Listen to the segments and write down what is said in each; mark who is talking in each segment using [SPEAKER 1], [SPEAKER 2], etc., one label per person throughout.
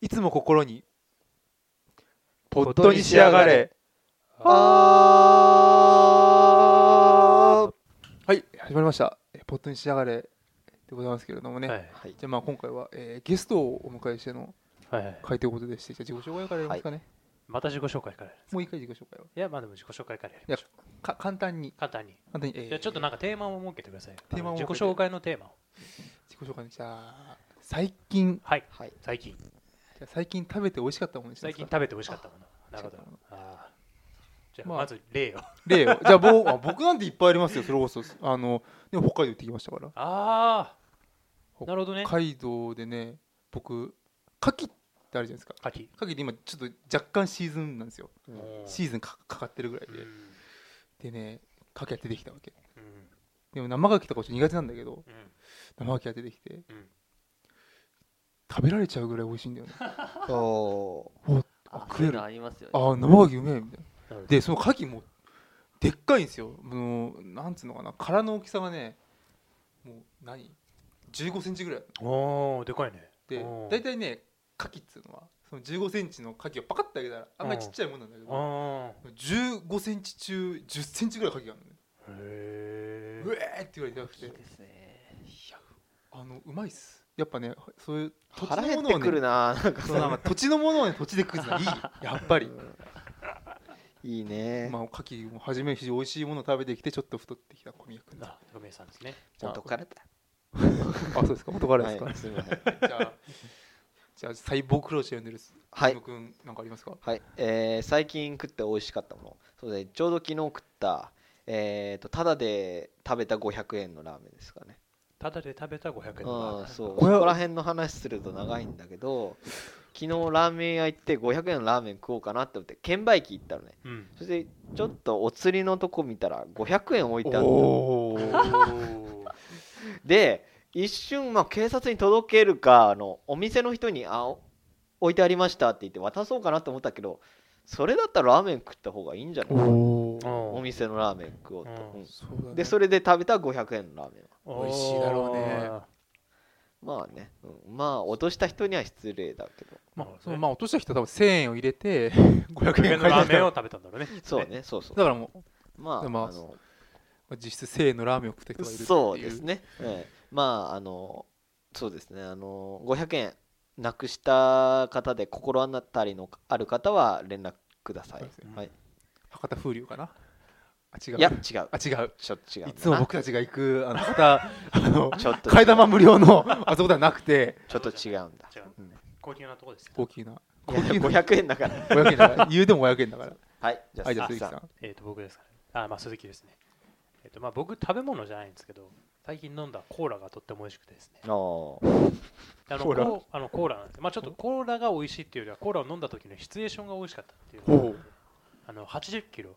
[SPEAKER 1] いつも心にポットに仕上がれあーはい始まりましたえポットに仕上がれでございますけれどもね、
[SPEAKER 2] はい
[SPEAKER 3] はい
[SPEAKER 1] じゃあまあ今回は、えーゲストをお迎えしての
[SPEAKER 2] はいはい、
[SPEAKER 1] 回ということでしてじゃあ自己紹介からやりますかね、
[SPEAKER 2] また自己紹介からやる
[SPEAKER 1] もう一回自己紹介を
[SPEAKER 2] いやまあでも自己紹介からやりましょう
[SPEAKER 1] か簡単に
[SPEAKER 2] 簡単に、
[SPEAKER 1] 簡単に、えー
[SPEAKER 2] いやちょっとなんかテーマを設けてください
[SPEAKER 1] テーマを
[SPEAKER 2] 自
[SPEAKER 1] 設
[SPEAKER 2] 己
[SPEAKER 1] けて
[SPEAKER 2] 紹介のテーマを
[SPEAKER 1] 自己紹介にじゃあ最近
[SPEAKER 2] はい
[SPEAKER 3] はい
[SPEAKER 2] 最近
[SPEAKER 1] じゃあ最近食べて美味しかったものにしま
[SPEAKER 2] 最
[SPEAKER 1] す
[SPEAKER 2] 近
[SPEAKER 1] か
[SPEAKER 2] 食べて美味しかったものなるほど
[SPEAKER 1] 美味
[SPEAKER 2] あーじゃあ
[SPEAKER 1] まあ
[SPEAKER 2] まず例を、
[SPEAKER 1] 例をじゃあ 僕あ僕なんていっぱいありますよそれこそあのでも北海道行ってきましたから
[SPEAKER 2] ああ なるほどね
[SPEAKER 1] 北海道でね僕牡蠣ってあるじゃないですか
[SPEAKER 2] 柿
[SPEAKER 1] 牡蠣って今ちょっと若干シーズンなんですよ
[SPEAKER 2] うん
[SPEAKER 1] シーズンかかかってるぐらいで、
[SPEAKER 2] うん
[SPEAKER 1] でね牡蠣が出てきたわけ
[SPEAKER 2] うん
[SPEAKER 1] でも生牡蠣とかちょっと苦手なんだけど
[SPEAKER 2] うん
[SPEAKER 1] 生牡蠣が出てきて
[SPEAKER 2] うん
[SPEAKER 1] 食べられちゃうぐらい美味しいんだよ ね
[SPEAKER 3] お
[SPEAKER 1] おあ
[SPEAKER 3] あ
[SPEAKER 1] 食える
[SPEAKER 3] の
[SPEAKER 1] あ
[SPEAKER 3] ありますよね
[SPEAKER 1] 生牡蠣うめえみたいな
[SPEAKER 2] なるほど
[SPEAKER 1] でその牡蠣もでっかいんですよもうなんつうのかな殻の大きさがねもう何1 5センチぐらい
[SPEAKER 2] おおでかいね
[SPEAKER 1] で
[SPEAKER 2] おー
[SPEAKER 1] 大体ね牡蠣っつうのはその1 5ンチの牡蠣をパカッてあげたらあんまりちっちゃいもんなんだけど
[SPEAKER 2] あ
[SPEAKER 1] 1 5ンチ中1 0ンチぐらい牡蠣があるのね
[SPEAKER 2] ーへ
[SPEAKER 1] うえーって言われてなく
[SPEAKER 3] い
[SPEAKER 1] て
[SPEAKER 3] いですね
[SPEAKER 1] あのうまいっすやっぱねそういう土地
[SPEAKER 3] 腹
[SPEAKER 1] の
[SPEAKER 3] 減
[SPEAKER 1] も
[SPEAKER 3] っ
[SPEAKER 1] の
[SPEAKER 3] て
[SPEAKER 1] を
[SPEAKER 3] くる
[SPEAKER 1] ね
[SPEAKER 3] ななんか
[SPEAKER 1] そうなんか土地のものをね土地で食うの はいいやっぱり
[SPEAKER 3] いいね、
[SPEAKER 1] まあ牡蠣も初め非常に美味しいものを食べてきてちょっと太ってきた小宮君
[SPEAKER 2] ー
[SPEAKER 1] だ
[SPEAKER 2] あごめんさんですね
[SPEAKER 3] 元からだ
[SPEAKER 1] あそうですか元からですか、
[SPEAKER 3] はい、すみません
[SPEAKER 1] じゃあ、じゃあ細胞クローチ呼んでるす。
[SPEAKER 3] はい
[SPEAKER 1] くん、なんかありますか。
[SPEAKER 3] はい、えー最近食って美味しかったものそうですねちょうど昨日食ったえー、とただで食べた500円のラーメンですかね
[SPEAKER 2] ただで食べた500円
[SPEAKER 3] あーそう
[SPEAKER 1] こ
[SPEAKER 3] こ
[SPEAKER 1] れは
[SPEAKER 3] こら辺の話すると長いんだけど昨日ラーメン屋行って500円のラーメン食おうかなって思って券売機行ったのね
[SPEAKER 2] うん
[SPEAKER 3] そしてちょっとお釣りのとこ見たら500円置いてあったの
[SPEAKER 1] お
[SPEAKER 2] お
[SPEAKER 1] ー
[SPEAKER 2] ー
[SPEAKER 3] で一瞬、まあ、警察に届けるかあのお店の人にあお置いてありましたって言って渡そうかなと思ったけどそれだったらラーメン食った方がいいんじゃない
[SPEAKER 1] おー。
[SPEAKER 2] お
[SPEAKER 3] お店のラーメン食おうと、
[SPEAKER 2] うん
[SPEAKER 3] う
[SPEAKER 1] そうだね
[SPEAKER 3] んでそれで食べた500円のラーメンは
[SPEAKER 2] おー
[SPEAKER 1] 美味しいだろうね
[SPEAKER 3] まあね、うんまあ落とした人には失礼だけど
[SPEAKER 1] まあ、そのまあ、落とした人は多分1000円を入れて、500
[SPEAKER 2] 500
[SPEAKER 1] 円
[SPEAKER 2] 円
[SPEAKER 1] か
[SPEAKER 2] の
[SPEAKER 1] い
[SPEAKER 2] ラー
[SPEAKER 1] て
[SPEAKER 2] メ
[SPEAKER 1] る
[SPEAKER 2] ンを
[SPEAKER 1] だ
[SPEAKER 2] 食べたんだろうね
[SPEAKER 3] そうねそうそう
[SPEAKER 1] からも
[SPEAKER 3] まあ、
[SPEAKER 1] まあ
[SPEAKER 3] あの
[SPEAKER 1] う、実質1000円のラーメンを食った人がいるってい
[SPEAKER 3] そうです。ね、ええまああのそうですねあの500円なくした方で心当たりのある方は連絡くださ
[SPEAKER 1] そう
[SPEAKER 3] い
[SPEAKER 1] です、
[SPEAKER 2] ね
[SPEAKER 3] はい、
[SPEAKER 1] 博多風流かな。あ、違う。
[SPEAKER 3] いや違う
[SPEAKER 1] あ、違う。
[SPEAKER 3] ちょっと違うない
[SPEAKER 1] つも僕たちが行く、あの、博多、あの、
[SPEAKER 3] ちょっと違う
[SPEAKER 1] 替え玉無料の、あそこではなくて、
[SPEAKER 3] ちょっと違うんだ
[SPEAKER 2] 違う
[SPEAKER 3] うん
[SPEAKER 2] 高級なとこですよ
[SPEAKER 1] 高級な。高
[SPEAKER 3] いや
[SPEAKER 1] 級な。
[SPEAKER 3] 500円だから
[SPEAKER 1] 500円だから。言うでも500円だから。
[SPEAKER 3] はいじゃあ,、
[SPEAKER 1] はい、じゃあ、鈴木
[SPEAKER 3] 鈴木さ
[SPEAKER 1] さ
[SPEAKER 3] ん
[SPEAKER 1] ん。
[SPEAKER 2] えっ、と僕ですからあまあ鈴木ですねえっ、とまあ僕食べ物じゃないんですけど最近飲んだコーラがとっても美味しくてですね
[SPEAKER 3] おー
[SPEAKER 2] あの
[SPEAKER 1] コ
[SPEAKER 2] コ
[SPEAKER 1] ーラ
[SPEAKER 2] ーあのコーラなんですまあちょっとコーラが美味しいっていうよりはコーラを飲んだ時のシチュエーションが美味しかったっていう
[SPEAKER 1] ほう
[SPEAKER 2] あの80キロ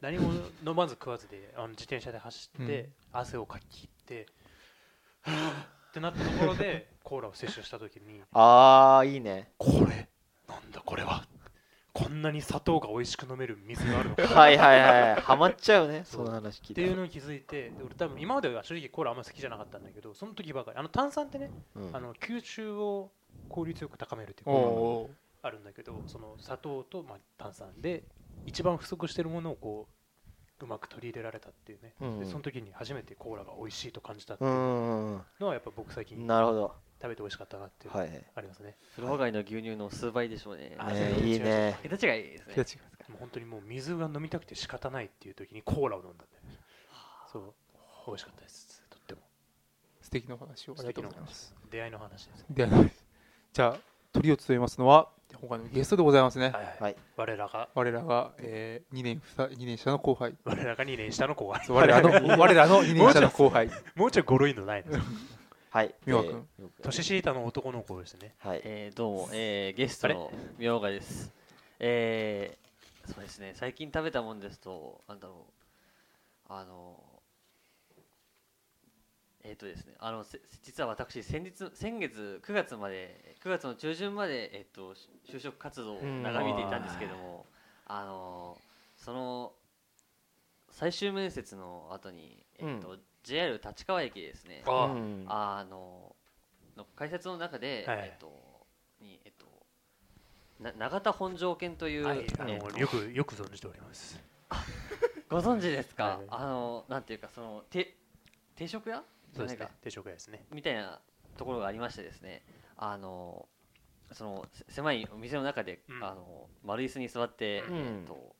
[SPEAKER 2] 何も飲まず食わずであの自転車で走って、
[SPEAKER 1] うん
[SPEAKER 2] 汗をかき切ってはぁってなったところでコーラを摂取した時に
[SPEAKER 3] あーいいね
[SPEAKER 2] これなんだこれはこんなに砂糖が美味しく飲める水がある のかっ
[SPEAKER 3] はいはいはいハマっちゃうね
[SPEAKER 2] そ
[SPEAKER 3] そうの話聞
[SPEAKER 2] て
[SPEAKER 3] いて
[SPEAKER 2] いうのに気づいてで俺多分今までは正直コーラあんま好きじゃなかったんだけどその時ばかりあの炭酸ってね、あの吸収を効率よく高めるっていう効
[SPEAKER 1] おー
[SPEAKER 2] 果があるんだけどその砂糖とまあ炭酸で一番不足してるものをこううまく取り入れられたっていうね
[SPEAKER 3] うん
[SPEAKER 2] でその時に初めてコーラが美味しいと感じたって
[SPEAKER 3] う
[SPEAKER 2] いうんのはやっぱ僕最近
[SPEAKER 3] なるほど
[SPEAKER 2] 食べて美味しかったなっていうの
[SPEAKER 3] は
[SPEAKER 2] が
[SPEAKER 3] いね
[SPEAKER 2] ありますね、
[SPEAKER 4] 風呂上がりの牛乳の数倍でしょうね。
[SPEAKER 2] あー全然
[SPEAKER 3] いいね
[SPEAKER 4] 桁違いです
[SPEAKER 1] いや
[SPEAKER 4] ね。
[SPEAKER 1] 違う
[SPEAKER 2] もう本当にもう水が飲みたくて仕方ないっていう時にコーラを飲んだんでそう美味しかったですとっても
[SPEAKER 1] 素敵なお話をありがとうございます。
[SPEAKER 2] 出会いの話ですね
[SPEAKER 1] ではないですじゃあ、トリを務めますのは、今回のゲストでございますね。
[SPEAKER 2] はいはい、
[SPEAKER 3] はい
[SPEAKER 2] 我らが
[SPEAKER 1] 我らが、えー、2年ふさ二年下の後輩。
[SPEAKER 2] 我らが2年下の後輩
[SPEAKER 1] そう 我らの我らの2年下の後輩、
[SPEAKER 2] もうちょいゴロいのないの
[SPEAKER 3] はい
[SPEAKER 1] 美和君
[SPEAKER 3] えー
[SPEAKER 2] 年下の男の子ですね
[SPEAKER 3] はい
[SPEAKER 4] えーどう も、えーゲストのみょうがです。えーそうですね。最近食べたもんですと、なんだろう。あの。えっ、とですね。あの、せ実は私、先日、先月9月まで、9月の中旬まで、えっ、と、し就職活動を眺めていたんですけども。あの、その。最終面接の後に、えっ、と、JR 立川駅ですね。
[SPEAKER 2] あ
[SPEAKER 3] うん
[SPEAKER 4] あのの解説の中で、
[SPEAKER 2] はい
[SPEAKER 4] えっとにえっとな永田本庄犬という、
[SPEAKER 2] はい、あ
[SPEAKER 4] えっ
[SPEAKER 2] の
[SPEAKER 4] と
[SPEAKER 2] よくよく存じております。
[SPEAKER 4] ご存知ですか、
[SPEAKER 2] はい
[SPEAKER 4] あのなんていうかそのて定食屋
[SPEAKER 2] そうです
[SPEAKER 4] なん
[SPEAKER 2] ね
[SPEAKER 4] か。
[SPEAKER 2] 定食屋ですね。
[SPEAKER 4] みたいなところがありましてですねあのそのせ狭いお店の中で、
[SPEAKER 2] うん
[SPEAKER 4] あの丸椅子に座って、
[SPEAKER 5] うん
[SPEAKER 4] えっと、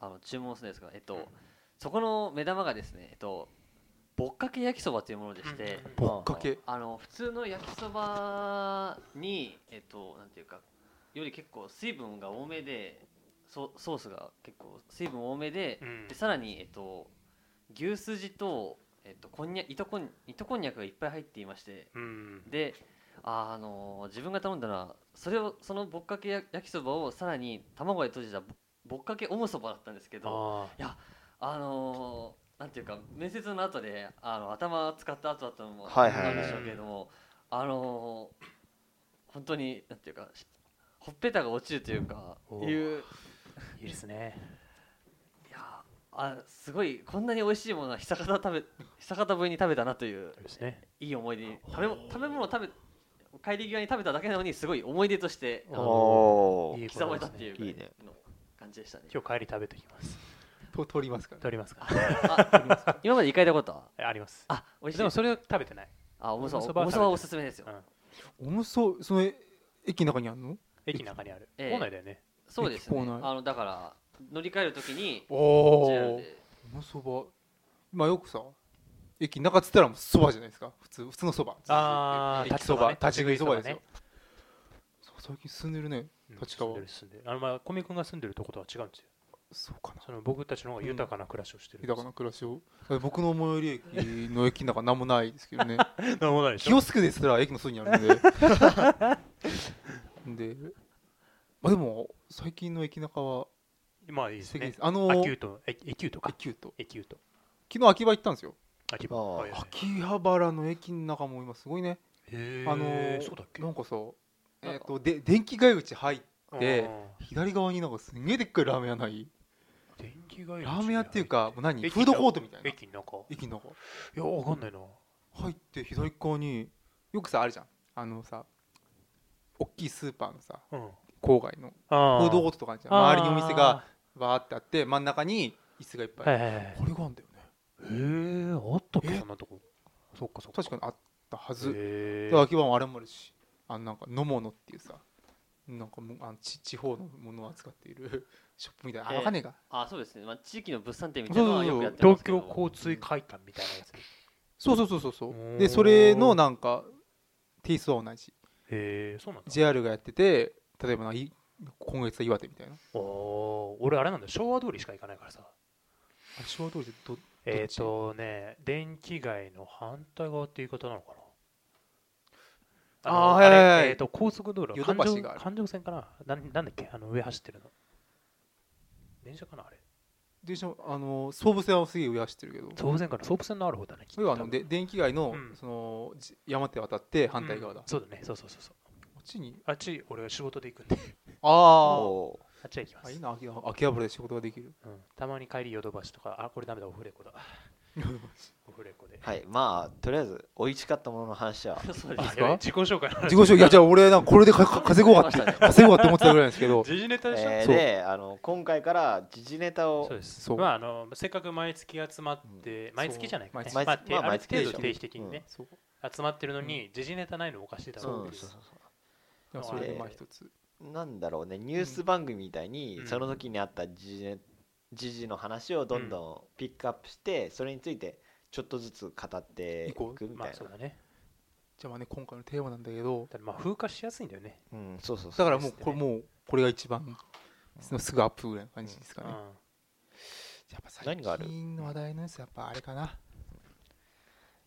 [SPEAKER 4] あの注文するんですが、えっとそこの目玉がですね、えっと、ぼっかけ焼きそばというものでして、
[SPEAKER 2] うん
[SPEAKER 1] ぼっかけ
[SPEAKER 4] あの普通の焼きそばにえっとなんていうかより結構水分が多めでソソースが結構水分多めで,、
[SPEAKER 2] うん
[SPEAKER 4] でさらにえっと牛すじとえっとこんにゃ糸こん糸こんにゃくがいっぱい入っていまして
[SPEAKER 2] うん。
[SPEAKER 4] でああの自分が頼んだのはそれをそのぼっかけや焼きそばをさらに卵で閉じたぼぼっかけおむそばだったんですけど
[SPEAKER 2] あ
[SPEAKER 4] あのーなんていうか面接の後であの頭使った後だったのも
[SPEAKER 5] はい
[SPEAKER 2] はい
[SPEAKER 4] あるんでしょうけれども、あのー本当になんていうかしほっぺたが落ちるというか
[SPEAKER 2] お
[SPEAKER 4] いう
[SPEAKER 2] ー
[SPEAKER 4] い
[SPEAKER 2] あいいですね。
[SPEAKER 4] やあすごいこんなに美味しいものは久方食べ 久方ぶりに食べたなという
[SPEAKER 2] そうですね。
[SPEAKER 4] いい思い出に食べ食べ物を食べ帰り際に食べただけなのにすごい思い出としてあ
[SPEAKER 2] お
[SPEAKER 4] の
[SPEAKER 5] おー
[SPEAKER 2] いい
[SPEAKER 4] 刻まれたって
[SPEAKER 2] う。
[SPEAKER 4] いう
[SPEAKER 5] いいね
[SPEAKER 4] の感じでしたね
[SPEAKER 2] 今日帰り食べてきます。
[SPEAKER 1] と通りますから
[SPEAKER 2] 取りますか。
[SPEAKER 4] あ今まで行かれたことは
[SPEAKER 2] あります。
[SPEAKER 4] あ美味しい
[SPEAKER 2] でもそれは食べてない。
[SPEAKER 4] あおむそ
[SPEAKER 2] おむそ
[SPEAKER 4] ば
[SPEAKER 2] ば
[SPEAKER 4] おむそばはおすすめですよ、
[SPEAKER 2] うん
[SPEAKER 1] おむそそのえ駅の中にあるの
[SPEAKER 2] 駅の中にある。
[SPEAKER 4] ええ
[SPEAKER 2] 校内だよね。
[SPEAKER 4] そうですね
[SPEAKER 1] 駅構内
[SPEAKER 4] あのだから乗り換えるときに
[SPEAKER 1] お
[SPEAKER 4] JR
[SPEAKER 1] お
[SPEAKER 4] で
[SPEAKER 1] もそば今よくさ駅の中っつったらもうそばじゃないですか普通普通のそば
[SPEAKER 2] あー
[SPEAKER 1] 立ちそば
[SPEAKER 2] 立
[SPEAKER 1] 立
[SPEAKER 2] ち
[SPEAKER 1] ち
[SPEAKER 2] 食
[SPEAKER 1] 食
[SPEAKER 2] い
[SPEAKER 1] い
[SPEAKER 2] そ
[SPEAKER 1] そ
[SPEAKER 2] ば
[SPEAKER 1] ば
[SPEAKER 2] ね
[SPEAKER 1] ですよそう最近住んでるね
[SPEAKER 2] うん
[SPEAKER 1] 立川
[SPEAKER 2] 住んでる住んでるあのまあ小宮君が住んでるとことは違うんですよ。
[SPEAKER 1] そうかな
[SPEAKER 2] その僕たちの方が豊かな暮らしをしてるんです。
[SPEAKER 1] 豊かな暮らしを僕の最寄り駅の駅の中なんもないですけどね
[SPEAKER 2] な。なんもないでしょ
[SPEAKER 1] 清。洲区ですら駅の外にあるんでであでも最近の駅中は
[SPEAKER 2] まあいいです
[SPEAKER 1] 素敵で
[SPEAKER 2] ね
[SPEAKER 1] す。あの
[SPEAKER 2] ア
[SPEAKER 1] ー
[SPEAKER 2] キュート、エエキュートか
[SPEAKER 1] エ。キュート
[SPEAKER 2] エキュート。
[SPEAKER 1] 昨日秋葉行ったんですよ
[SPEAKER 2] 秋
[SPEAKER 5] あ
[SPEAKER 2] 葉
[SPEAKER 5] ー
[SPEAKER 2] はいはいはい
[SPEAKER 1] 秋葉原の駅の中も今すごいね
[SPEAKER 2] へー
[SPEAKER 1] あのー
[SPEAKER 2] そうだっけ
[SPEAKER 1] なんかさえっ
[SPEAKER 4] な
[SPEAKER 1] とで電気街口入っで
[SPEAKER 2] あー
[SPEAKER 1] 左側になんかすんげえでっかいラーメン屋ない
[SPEAKER 2] 電気街
[SPEAKER 1] ラーメン屋っていうかもう何
[SPEAKER 2] 駅
[SPEAKER 1] フードコートみたいな
[SPEAKER 2] 駅の中
[SPEAKER 1] 駅の中
[SPEAKER 2] いやわかんないな
[SPEAKER 1] 入って左側によくさあるじゃんあのさ大きいスーパーのさ
[SPEAKER 2] うん
[SPEAKER 1] 郊外の
[SPEAKER 2] あ
[SPEAKER 1] フードコー
[SPEAKER 2] ー
[SPEAKER 1] トとかあるじゃん周りにお店がバーってあって真ん中に椅子がいっ
[SPEAKER 2] あ
[SPEAKER 1] ぱい、
[SPEAKER 2] ーはいはいはいへ
[SPEAKER 1] これがあんだよね
[SPEAKER 2] えあったっけ
[SPEAKER 1] え
[SPEAKER 2] そんなとこそっかそっか
[SPEAKER 1] 確かにあったはず、
[SPEAKER 2] へ
[SPEAKER 1] で
[SPEAKER 2] ー
[SPEAKER 1] 秋葉もあれもあるしあのなんか飲ものっていうさなんかもうあのち地方のものを扱っている ショップみたいなあ
[SPEAKER 4] ええ
[SPEAKER 1] わかんねえか
[SPEAKER 4] あそうですね、まあ、地域の物産展みたいなのはよくやってま
[SPEAKER 2] 東
[SPEAKER 4] すけど
[SPEAKER 2] 京交通会館みたいなやつ
[SPEAKER 1] そうそうそうそうそ
[SPEAKER 2] おー
[SPEAKER 1] うでそれのなんかテイストは同じ
[SPEAKER 2] へえそうなんだ
[SPEAKER 1] JR がやってて例えばない今月は岩手みたいな
[SPEAKER 2] おおー俺あれなんだよ昭和通りしか行かないからさ
[SPEAKER 1] あれ昭和通りでど
[SPEAKER 2] えっとね電気街の反対側って言い方なのかなの
[SPEAKER 1] あーはいはいはい
[SPEAKER 2] れえっと高速道路
[SPEAKER 1] ヨド
[SPEAKER 2] 環
[SPEAKER 1] バ
[SPEAKER 2] 状
[SPEAKER 1] シがある
[SPEAKER 2] 環状線かななんなんだっけあの上走ってるの電車かなあれ
[SPEAKER 1] 電車あの総武線はすげえ上走ってるけど
[SPEAKER 2] 総武線から総武線のある方だねきっと
[SPEAKER 1] 要はあので電気街の,、
[SPEAKER 2] うん
[SPEAKER 1] そのじ山手渡って反対側だ、
[SPEAKER 2] うん
[SPEAKER 1] こ
[SPEAKER 2] そうだねそうそうそうそう
[SPEAKER 1] っちに
[SPEAKER 2] あっち俺が仕事で行 くんで
[SPEAKER 1] あ
[SPEAKER 5] おー
[SPEAKER 2] あっちは行きま
[SPEAKER 1] あ
[SPEAKER 2] す
[SPEAKER 1] いいな秋葉秋葉原で仕事がで きる
[SPEAKER 2] うん、たまに帰りヨドバシとかあこれダメだオフレコだオフレコで、
[SPEAKER 5] はいまあとりあえず美味しかったものの話 は
[SPEAKER 4] そう
[SPEAKER 2] あ
[SPEAKER 4] で
[SPEAKER 2] や
[SPEAKER 4] す
[SPEAKER 2] べえ自己紹介の話
[SPEAKER 1] 自己紹介いやじゃあ俺なんかこれでかか稼ごうかって
[SPEAKER 4] 出ましたね
[SPEAKER 1] 稼ごうかって思ってたぐらいなんですけ ど
[SPEAKER 2] 時事ネタでしょ、
[SPEAKER 5] えー
[SPEAKER 1] そう
[SPEAKER 5] であの今回から時事ネタ
[SPEAKER 2] そう
[SPEAKER 5] を
[SPEAKER 2] です
[SPEAKER 1] そう
[SPEAKER 2] まああのせっかく毎月集まって、毎月じゃないかね
[SPEAKER 1] そう
[SPEAKER 2] ま
[SPEAKER 5] 毎
[SPEAKER 2] あ、
[SPEAKER 5] 月
[SPEAKER 2] て
[SPEAKER 5] ま
[SPEAKER 2] あ
[SPEAKER 5] あ毎
[SPEAKER 2] る
[SPEAKER 5] 月
[SPEAKER 2] 程
[SPEAKER 1] でし
[SPEAKER 2] 度
[SPEAKER 1] ょ
[SPEAKER 2] 定期的にね、
[SPEAKER 1] そう
[SPEAKER 2] 集まってるのに時事ネタないのおかしいだろ
[SPEAKER 5] そうう
[SPEAKER 2] ってい
[SPEAKER 5] そううそう
[SPEAKER 1] いやそれでまあ一つ、
[SPEAKER 5] なんだろうねニュース番組みたいに、
[SPEAKER 2] うん
[SPEAKER 5] その時にあった時事ね時事の話をどんどんピックアップして、それについてちょっとずつ語ってい
[SPEAKER 1] いこう
[SPEAKER 5] くみ
[SPEAKER 2] ま
[SPEAKER 5] た
[SPEAKER 2] あ
[SPEAKER 5] い
[SPEAKER 2] そう
[SPEAKER 5] な、
[SPEAKER 2] だね
[SPEAKER 1] じゃあまあね今回のテーマなんだけど
[SPEAKER 2] ただまあ風化しやすいんだよね、
[SPEAKER 5] うん、そうそうそ
[SPEAKER 1] だ
[SPEAKER 5] う
[SPEAKER 1] からもうこれもうこれが一番そのすぐアップぐらいの感じです
[SPEAKER 2] う
[SPEAKER 1] か
[SPEAKER 2] ん
[SPEAKER 1] ね、やっぱ最
[SPEAKER 5] 何がある
[SPEAKER 1] 近の話題のやつやっぱあれかな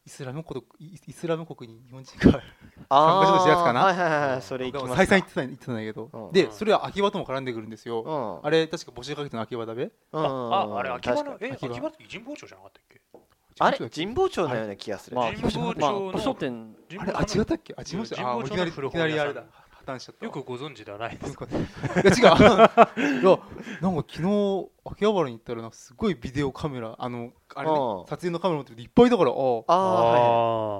[SPEAKER 1] イスラム国イイスラム国に日本人が
[SPEAKER 5] あー
[SPEAKER 1] 参加したやつかな
[SPEAKER 5] はいはいは
[SPEAKER 2] うん
[SPEAKER 5] いそれいきますか
[SPEAKER 1] 再三言ってた言ってたんだけど、
[SPEAKER 5] うん
[SPEAKER 1] で
[SPEAKER 2] うん
[SPEAKER 1] それは秋葉とも絡んでくるんですよ、
[SPEAKER 5] うん
[SPEAKER 1] あれ確か募集かけたの秋葉だべ
[SPEAKER 5] うんうん
[SPEAKER 2] あああれ秋葉の
[SPEAKER 5] 確かに
[SPEAKER 2] え
[SPEAKER 1] 秋
[SPEAKER 2] 秋
[SPEAKER 1] 葉
[SPEAKER 2] 葉って神保町じゃなかったっけ
[SPEAKER 5] あれ神保町のような気がする、
[SPEAKER 1] まあ
[SPEAKER 2] 神保
[SPEAKER 1] まあ
[SPEAKER 2] 町の
[SPEAKER 4] 古書店
[SPEAKER 2] 神
[SPEAKER 1] あれ
[SPEAKER 2] 保町の
[SPEAKER 1] あ違ったっけあ違いました
[SPEAKER 2] 神
[SPEAKER 1] あ
[SPEAKER 2] 保
[SPEAKER 1] ーい
[SPEAKER 2] 町
[SPEAKER 1] きな
[SPEAKER 2] の
[SPEAKER 1] りい
[SPEAKER 2] 古
[SPEAKER 1] き
[SPEAKER 2] 本
[SPEAKER 1] な
[SPEAKER 2] 屋
[SPEAKER 1] り
[SPEAKER 2] さん
[SPEAKER 1] あれだ破綻しちゃった
[SPEAKER 2] よくご存知ではないです
[SPEAKER 1] いや違う いやなんか昨日秋葉原に行ったらなんかすごいビデオカメラあのあれね
[SPEAKER 5] うん
[SPEAKER 1] 撮影のカメラ持ってるいっぱいだからあー
[SPEAKER 5] あ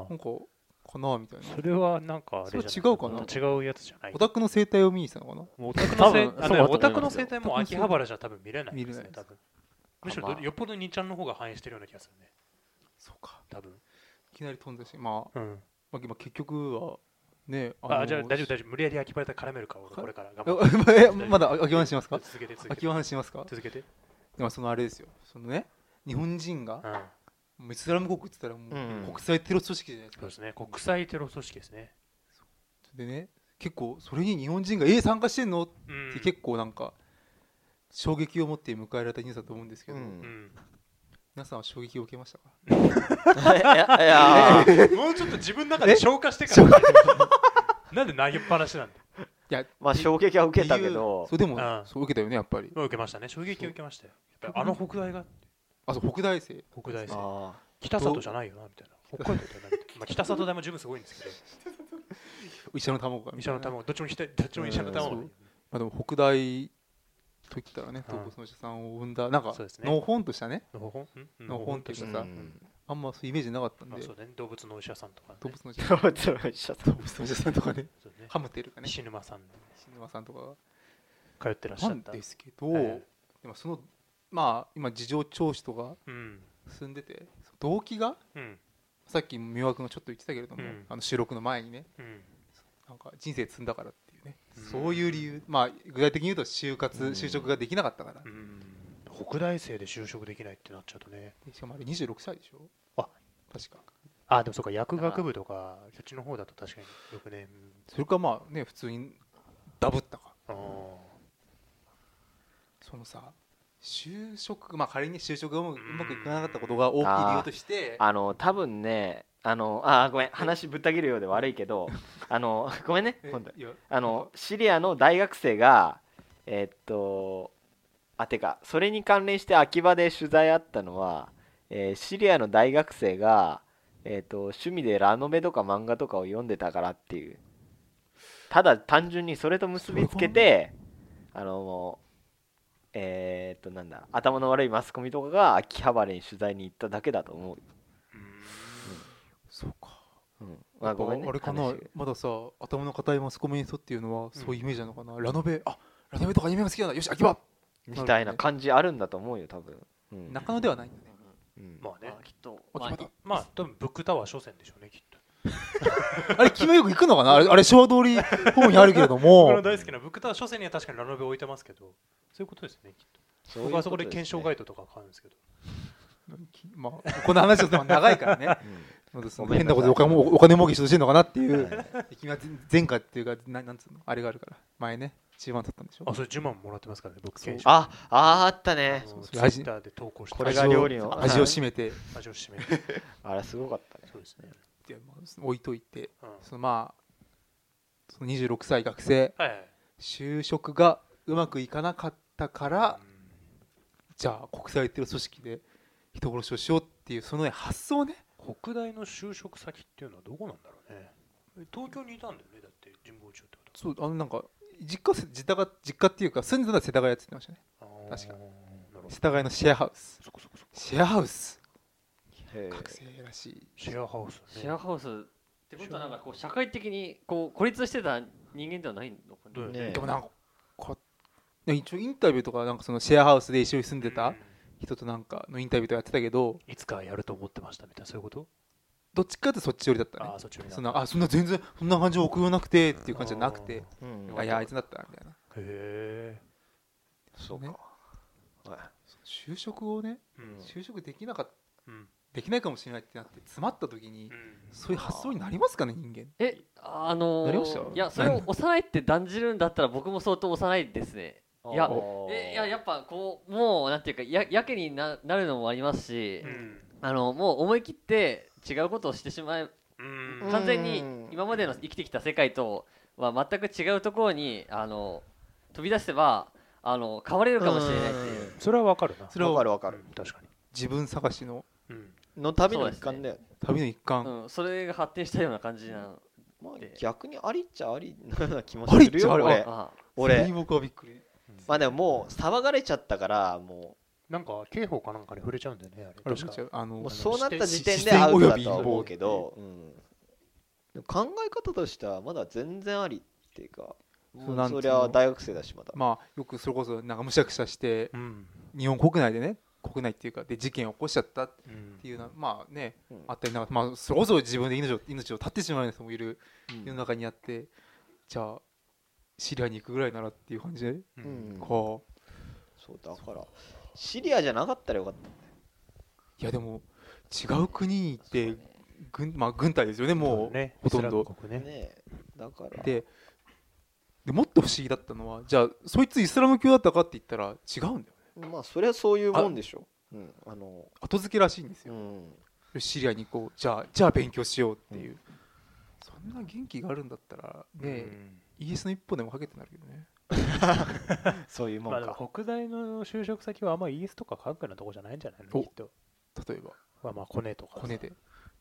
[SPEAKER 5] あ
[SPEAKER 2] あ
[SPEAKER 1] なんかかなみたいな
[SPEAKER 2] それはなんかあれじゃな
[SPEAKER 1] それ違うかな
[SPEAKER 2] 違うやつじゃない
[SPEAKER 1] オタクの生態を見に来たのかな
[SPEAKER 2] もうオタクのせい
[SPEAKER 6] 多分
[SPEAKER 2] あ
[SPEAKER 6] そうだと思いま
[SPEAKER 2] の
[SPEAKER 6] すよ
[SPEAKER 2] オタクの生態も秋葉原じゃ多分見れないです
[SPEAKER 1] 見れない
[SPEAKER 2] ね
[SPEAKER 1] です
[SPEAKER 2] 多分むしろ
[SPEAKER 3] あ
[SPEAKER 2] ど
[SPEAKER 3] まあ
[SPEAKER 2] よっぽど2ちゃんの方が反映してるような気がするね
[SPEAKER 1] そうか
[SPEAKER 2] 多分
[SPEAKER 1] いきなり飛んだしまあ、
[SPEAKER 2] うん
[SPEAKER 1] まあ、まあ結局はね
[SPEAKER 2] あじゃあ大丈夫大丈夫無理やり秋葉原絡めるから俺
[SPEAKER 1] はい
[SPEAKER 2] これから頑張って
[SPEAKER 1] 夫まだ秋葉しますか
[SPEAKER 2] 続けて続け
[SPEAKER 1] 秋
[SPEAKER 2] て
[SPEAKER 1] 葉話しますか
[SPEAKER 2] 続けて
[SPEAKER 1] でもそのあれですよそのね日本人が
[SPEAKER 2] うん
[SPEAKER 1] もうイスラム国って言ったらも
[SPEAKER 3] うん
[SPEAKER 1] う国際テロ組織じゃないです
[SPEAKER 2] そう
[SPEAKER 1] か
[SPEAKER 2] ですね国際テロ組織ですね
[SPEAKER 1] でね結構それに日本人が「えー参加してんの?」っ
[SPEAKER 2] うん
[SPEAKER 1] て結構なんか衝撃を持って迎えられたニュースだと思うんですけど、
[SPEAKER 3] うん
[SPEAKER 2] うん
[SPEAKER 1] 皆さんは衝撃を受けましたか
[SPEAKER 3] い やいや
[SPEAKER 2] もうちょっと自分の中で消化してからねなんで投げっぱなしなんだ
[SPEAKER 1] いや
[SPEAKER 3] まあ衝撃は受けたけど
[SPEAKER 1] それでも、
[SPEAKER 2] うん
[SPEAKER 1] そう受けたよねやっぱり
[SPEAKER 2] まあ受けましたね衝撃を受けましたよやっぱりあの北大が
[SPEAKER 1] あそう北大生
[SPEAKER 2] 北大生
[SPEAKER 3] あ
[SPEAKER 2] 北里じゃないよなみたいな北海道じゃないみたいなまあ北里大も十分すごいんですけど
[SPEAKER 1] 医者の卵が
[SPEAKER 2] 医者の
[SPEAKER 1] ま
[SPEAKER 2] 卵どっちもひたどっちも医者の卵
[SPEAKER 1] うんあ、でも北大と言ったらね
[SPEAKER 2] うん
[SPEAKER 1] 動物の医者さんを生んだなんか
[SPEAKER 2] そうですね
[SPEAKER 1] のほほんとしたね
[SPEAKER 2] のほほんうんうん
[SPEAKER 1] のほほんとし
[SPEAKER 3] ー
[SPEAKER 1] たさあんまそういうイメージなかったん
[SPEAKER 2] まあ
[SPEAKER 1] で
[SPEAKER 2] そうだね動物のお医者さんとかね
[SPEAKER 1] 動物の医者
[SPEAKER 3] 動 物の医者さ
[SPEAKER 1] 動
[SPEAKER 3] ん
[SPEAKER 1] 物の医者さんとか ね
[SPEAKER 2] そうね
[SPEAKER 1] ハムテルかね
[SPEAKER 2] 石沼さん
[SPEAKER 1] 篠沼さんとかが
[SPEAKER 2] 通ってらっしゃ
[SPEAKER 1] な
[SPEAKER 2] っ
[SPEAKER 1] ん
[SPEAKER 2] た
[SPEAKER 1] ですけど、
[SPEAKER 2] ええ
[SPEAKER 1] でもそのまあ今事情聴取とか
[SPEAKER 2] うん
[SPEAKER 1] 進んでて動機が
[SPEAKER 2] うん
[SPEAKER 1] さっき三輪君がちょっと言ってたけれども、
[SPEAKER 2] うん
[SPEAKER 1] あの収録の前にね
[SPEAKER 2] うん
[SPEAKER 1] なんか人生積んだからっていうね、
[SPEAKER 2] うん
[SPEAKER 1] そういう理由まあ具体的に言うと就活、
[SPEAKER 3] うん
[SPEAKER 1] 就職ができなかったから、
[SPEAKER 2] うん北大生で就職できないってなっちゃうとね
[SPEAKER 1] しかもあれ26歳でしょ
[SPEAKER 2] あ
[SPEAKER 1] 確か
[SPEAKER 2] あでもそうか薬学部とかそっちの方だと確かに6年
[SPEAKER 1] それかまあね普通にダブったか
[SPEAKER 2] あー
[SPEAKER 1] そのさ就職まあ仮に就職がうまくうまくいかなかったことが大きい理由として
[SPEAKER 3] あの多分ねあのあーごめん話ぶった切るようで悪いけどあのごめんね
[SPEAKER 1] え
[SPEAKER 3] 本当に
[SPEAKER 1] いや
[SPEAKER 3] あのシリアの大学生がえっとあてかそれに関連して秋葉で取材あったのは、えーシリアの大学生が、えっと趣味でラノベとか漫画とかを読んでたからっていうただ単純にそれと結びつけてあのもうえっとなんだ頭の悪いマスコミとかが秋葉原に取材に行っただけだと思う
[SPEAKER 1] そうか
[SPEAKER 3] うんま
[SPEAKER 1] や
[SPEAKER 3] あ
[SPEAKER 1] っぱ
[SPEAKER 3] ごめんね
[SPEAKER 1] あれかな
[SPEAKER 3] 話が
[SPEAKER 1] まださ頭の固いマスコミに人っていうのはそういうイメージなのかな、ラノベあラノベとかアニメが好きなんだよし秋葉
[SPEAKER 3] みたいな感じあるんだと思うよ多分、うん
[SPEAKER 1] 中野ではないんだね
[SPEAKER 3] うん
[SPEAKER 2] まあね
[SPEAKER 4] まあきっと、
[SPEAKER 1] 秋
[SPEAKER 4] ま
[SPEAKER 1] 葉
[SPEAKER 4] あ
[SPEAKER 1] だ
[SPEAKER 2] まあ多分ブックタワー商戦でしょうねきっと
[SPEAKER 1] あれ君はよく行くのかなあれあれ昭和通り方にあるけれど
[SPEAKER 2] 僕の
[SPEAKER 1] も
[SPEAKER 2] 大好きなブックタワー書店には確かにラノベ置いてますけどそういうことですねきっと
[SPEAKER 3] ういう
[SPEAKER 2] 僕はそこで
[SPEAKER 3] ことです
[SPEAKER 2] 検
[SPEAKER 3] ね
[SPEAKER 2] 証ガイドとか買うんですけど
[SPEAKER 1] まあこの話はまあ長いからね
[SPEAKER 3] うん
[SPEAKER 1] まずその
[SPEAKER 3] ごめん
[SPEAKER 1] 変
[SPEAKER 3] な
[SPEAKER 1] な
[SPEAKER 3] さい
[SPEAKER 1] ことでお金もお金儲けしようとしてるのかなっていう君は前回っていうかななんつうのあれがあるから前ね10万取ったんでしょ
[SPEAKER 2] あそれ10万もらってますからね僕
[SPEAKER 1] そう
[SPEAKER 2] 検証
[SPEAKER 3] あ、ああったね。
[SPEAKER 2] ツイ
[SPEAKER 1] そうラジ
[SPEAKER 2] ッターで投稿して
[SPEAKER 3] これが料理の
[SPEAKER 1] 味を味を占めてい
[SPEAKER 2] 味を締めて
[SPEAKER 3] あれすごかったね。
[SPEAKER 2] そうですね、
[SPEAKER 1] やまあ置いといて
[SPEAKER 2] うん、はい
[SPEAKER 1] そのまあその26歳学生
[SPEAKER 2] はい
[SPEAKER 1] 就職がうまくいかなかったから
[SPEAKER 2] うん
[SPEAKER 1] じゃあ国際テロ組織で人殺しをしようっていうそのね発想ね
[SPEAKER 2] 北大の就職先っていうのはどこなんだろうねえ東京にいたんだよねだって神保町ってこ
[SPEAKER 1] そうあのなんか実家せ自宅が実家っていうか住んでたのは世田谷って言ってましたね
[SPEAKER 2] とあー
[SPEAKER 1] 確か
[SPEAKER 2] なるほど
[SPEAKER 1] 世田谷のシェアハウス
[SPEAKER 2] そこそこそこ
[SPEAKER 1] シェアハウス
[SPEAKER 3] へえ
[SPEAKER 1] 学生らしい
[SPEAKER 2] シェアハウス、
[SPEAKER 4] シェア
[SPEAKER 2] ね、
[SPEAKER 4] ハウスってことはなんかこう社会的にこう孤立してた人間ではないのか
[SPEAKER 2] どう
[SPEAKER 4] な
[SPEAKER 2] や。
[SPEAKER 3] ね
[SPEAKER 1] でもなんかこね一応インタビューとかなんかそのシェアハウスで一緒に住んで
[SPEAKER 2] う
[SPEAKER 1] た
[SPEAKER 2] ん
[SPEAKER 1] 人となんかのインタビューとかやってたけど
[SPEAKER 2] いつかやると思ってましたみたいなそういうこと
[SPEAKER 1] どっちかってそっち寄りだった
[SPEAKER 2] あ
[SPEAKER 1] ね
[SPEAKER 2] あそっちに
[SPEAKER 1] そんなあそんな全然そんな感情送らなくてっていう感じじゃなくて
[SPEAKER 3] うん
[SPEAKER 1] あいやあいつだったみたいな
[SPEAKER 2] へえ
[SPEAKER 3] そう
[SPEAKER 1] ね
[SPEAKER 3] か。はい
[SPEAKER 1] 就職をね
[SPEAKER 2] うん
[SPEAKER 1] 就職できなかっ
[SPEAKER 2] うん
[SPEAKER 1] できないかもしれないってなって詰まった時に
[SPEAKER 2] うん
[SPEAKER 1] そういう発想になりますかね人間
[SPEAKER 4] え、あのー
[SPEAKER 1] なりました
[SPEAKER 4] いや、それを幼いって断じるんだったら僕も相当幼いですね。いや、えいや、やっぱこう、もう、なんていうか、ややけにななるのもありますし、あの、もう思い切って違うことをしてしまえ、
[SPEAKER 2] うん
[SPEAKER 3] うん
[SPEAKER 4] 完全に今までの生きてきた世界とは全く違うところに、あの、飛び出せば、あの、変われるかもしれないっていう。
[SPEAKER 2] それはわかるな
[SPEAKER 1] それは
[SPEAKER 3] わかるわかる。
[SPEAKER 2] うん確かに
[SPEAKER 1] 自分探しの
[SPEAKER 2] うん
[SPEAKER 3] の旅の一環だよね。
[SPEAKER 1] 旅の一環
[SPEAKER 4] うん、それが発展したような感じなの
[SPEAKER 3] まあ
[SPEAKER 4] で
[SPEAKER 3] 逆にありっちゃありなような気も
[SPEAKER 1] ありっ
[SPEAKER 3] する
[SPEAKER 1] ちゃあ
[SPEAKER 3] よ、
[SPEAKER 1] り
[SPEAKER 3] 俺。
[SPEAKER 4] あ
[SPEAKER 1] それに
[SPEAKER 3] 俺。
[SPEAKER 1] 僕はびっくり
[SPEAKER 3] まあでももう騒がれちゃったから、も
[SPEAKER 2] なんか刑法かなんかに触れちゃうんだよねあれ
[SPEAKER 1] あれ
[SPEAKER 2] 確か
[SPEAKER 1] あの
[SPEAKER 3] うもう
[SPEAKER 2] の
[SPEAKER 3] そうなった時点
[SPEAKER 1] 視
[SPEAKER 3] で
[SPEAKER 1] 線
[SPEAKER 3] アウト
[SPEAKER 1] およ
[SPEAKER 3] だ
[SPEAKER 1] び
[SPEAKER 3] とは思うけど、うんでも考え方としてはまだ全然ありっていうか
[SPEAKER 1] そうなんつうの
[SPEAKER 3] そりゃ大学生だしまだ、
[SPEAKER 1] まあよくそれこそなんかむしゃくしゃして
[SPEAKER 2] うん
[SPEAKER 1] 日本国内でね国内っていうかで事件を起こしちゃったっ
[SPEAKER 2] うん
[SPEAKER 1] ていうのはまあね
[SPEAKER 3] うん
[SPEAKER 1] あったりなんかまあそれこそ自分で命を命を絶ってしまう人もいる
[SPEAKER 3] うん
[SPEAKER 1] 世の中にあってじゃあシリアに行くぐらいならっていう感じで
[SPEAKER 2] う
[SPEAKER 3] うんん
[SPEAKER 1] こう
[SPEAKER 3] そうだからシリアじゃなかったらよかった
[SPEAKER 1] いやでも違う国に行って軍まあ軍隊ですよねもう
[SPEAKER 2] ね
[SPEAKER 1] ほとんど
[SPEAKER 2] イスラム国ね
[SPEAKER 3] ねだから
[SPEAKER 1] ででもっと不思議だったのはじゃあそいつイスラム教だったかって言ったら違うんだよね
[SPEAKER 3] まあそりゃそういうもんでしょうんあの
[SPEAKER 1] 後付けらしいんです
[SPEAKER 3] う
[SPEAKER 1] よ、
[SPEAKER 3] ん
[SPEAKER 1] シリアに行こうじゃあじゃあ勉強しようっていう、そんな元気があるんだったらね、イエスの一歩でもかけてなるけどね
[SPEAKER 3] そういう
[SPEAKER 2] うん
[SPEAKER 3] も
[SPEAKER 2] まあ
[SPEAKER 3] ん
[SPEAKER 2] で
[SPEAKER 3] か
[SPEAKER 2] も北大の就職先はあんまイエスとか科学なとこじゃないんじゃないの
[SPEAKER 1] お
[SPEAKER 2] きっと
[SPEAKER 1] 例えば
[SPEAKER 2] まあまあコネとかさ
[SPEAKER 1] コネで